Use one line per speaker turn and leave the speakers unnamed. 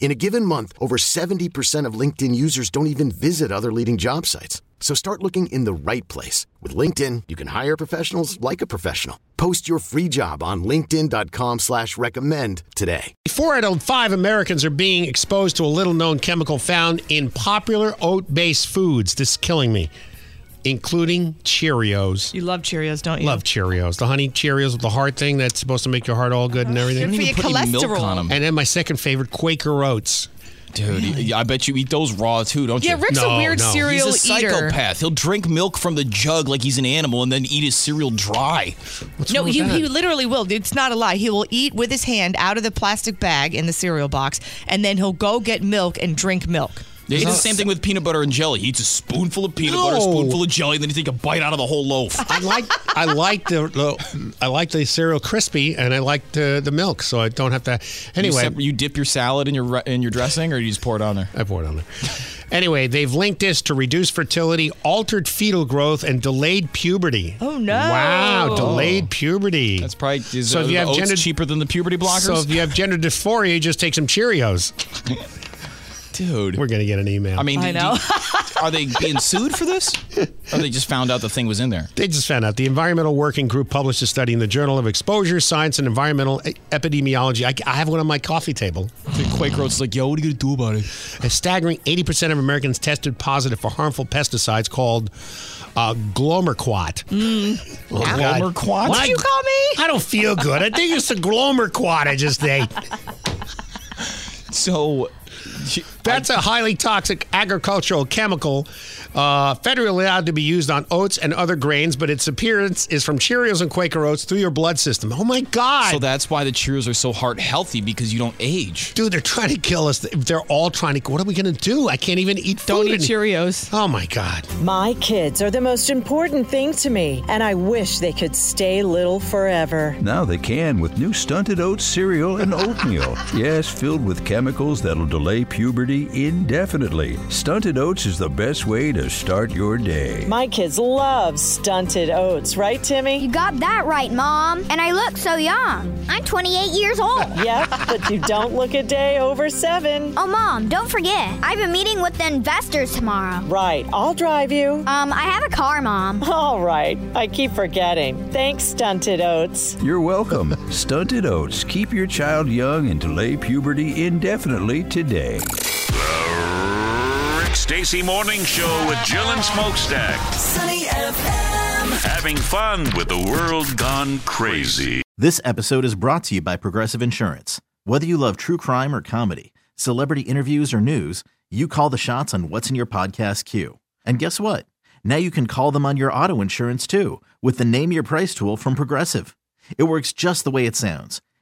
In a given month, over 70% of LinkedIn users don't even visit other leading job sites. So start looking in the right place. With LinkedIn, you can hire professionals like a professional. Post your free job on linkedin.com slash recommend today.
Four out of five Americans are being exposed to a little known chemical found in popular oat based foods. This is killing me, including Cheerios.
You love Cheerios, don't you?
Love Cheerios. The honey Cheerios with the heart thing that's supposed to make your heart all good and
Good
everything.
for your cholesterol.
And then my second favorite, Quaker Oats.
Dude, yeah, I bet you eat those raw too, don't
yeah,
you?
Rick's
No,
a weird
no.
cereal
he's a
eater.
psychopath. He'll drink milk from the jug like he's an animal and then eat his cereal dry.
No, he, he literally will. It's not a lie. He will eat with his hand out of the plastic bag in the cereal box, and then he'll go get milk and drink milk.
It's the same thing with peanut butter and jelly. He eats a spoonful of peanut butter, a
No.
spoonful of jelly, then he take a bite out of the whole loaf.
I like I like the- the I like the cereal crispy and I like the the milk, so I don't have to.
You,
Anyway,
separ- you dip your salad in your re- in your dressing, or you just pour it on there.
I poured on there. Anyway, they've linked this to reduced fertility, altered fetal growth, and delayed puberty.
Oh, no.
Wow, delayed puberty.
That's probably is,
So
so.
if you have
oats
gender-
cheaper than the puberty blockers,
So if you have gender dysphoria, you just take some Cheerios.
dude.
We're gonna get an email.
I mean,
I
do- do-
know.
are they being sued for this? Or they just found out the thing was in there?
They just found out the Environmental Working Group published a study in the Journal of Exposure Science and Environmental E- Epidemiology. I, I have one on my coffee table.
The Quaker Oats is like, yo, what are you gonna do about it?
A staggering 80% of Americans tested positive for harmful pesticides called uh, glomerquat.
Mm.
Oh,
Glomerquat?
What
What'd you
call
I
me?
don't feel good. I think it's the glomerquat I just ate.
So,
That's a highly toxic agricultural chemical, uh, federally allowed to be used on oats and other grains, but its appearance is from Cheerios and Quaker Oats through your blood system. Oh my God.
so that's why the Cheerios are so heart healthy because you don't age.
Dude, they're trying to kill us. They're all trying to. What are we going to do? I can't even eat food.
Don't eat
any-
Cheerios.
Oh my God.
My kids are the most important thing to me, and I wish they could stay little forever.
Now they can with new stunted oat cereal and oatmeal. yes, filled with chemicals that'll delay puberty indefinitely. Stunted oats is the best way to start your day.
My kids love stunted oats, right,
You
Timmy?
got that right, Mom. And I look so young. I'm 28 years old.
Yep, but you don't look a day over seven.
Oh, Mom, don't forget. I have a meeting with the investors tomorrow.
Right, I'll drive you.
Um, I have a car, Mom.
All right, I keep forgetting. Thanks, stunted oats.
You're welcome. stunted oats keep your child young and delay puberty indefinitely today.
Rick Stacy Morning Show with Jill and Smokestack. Sunny FM. Having fun with the world gone crazy.
This episode is brought to you by Progressive Insurance. Whether you love true crime or comedy, celebrity interviews or news, you call the shots on what's in your podcast queue. And guess what? Now you can call them on your auto insurance too with the Name Your Price tool from Progressive. It works just the way it sounds.